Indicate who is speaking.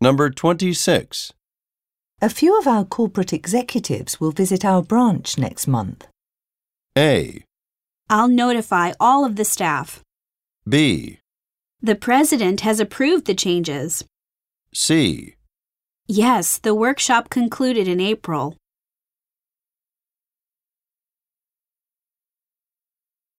Speaker 1: Number 26.
Speaker 2: A few of our corporate executives will visit our branch next month.
Speaker 1: A,
Speaker 3: I'll notify all of the staff.
Speaker 1: B,
Speaker 3: The president has approved the changes.
Speaker 1: C.
Speaker 3: Yes, the workshop concluded in April.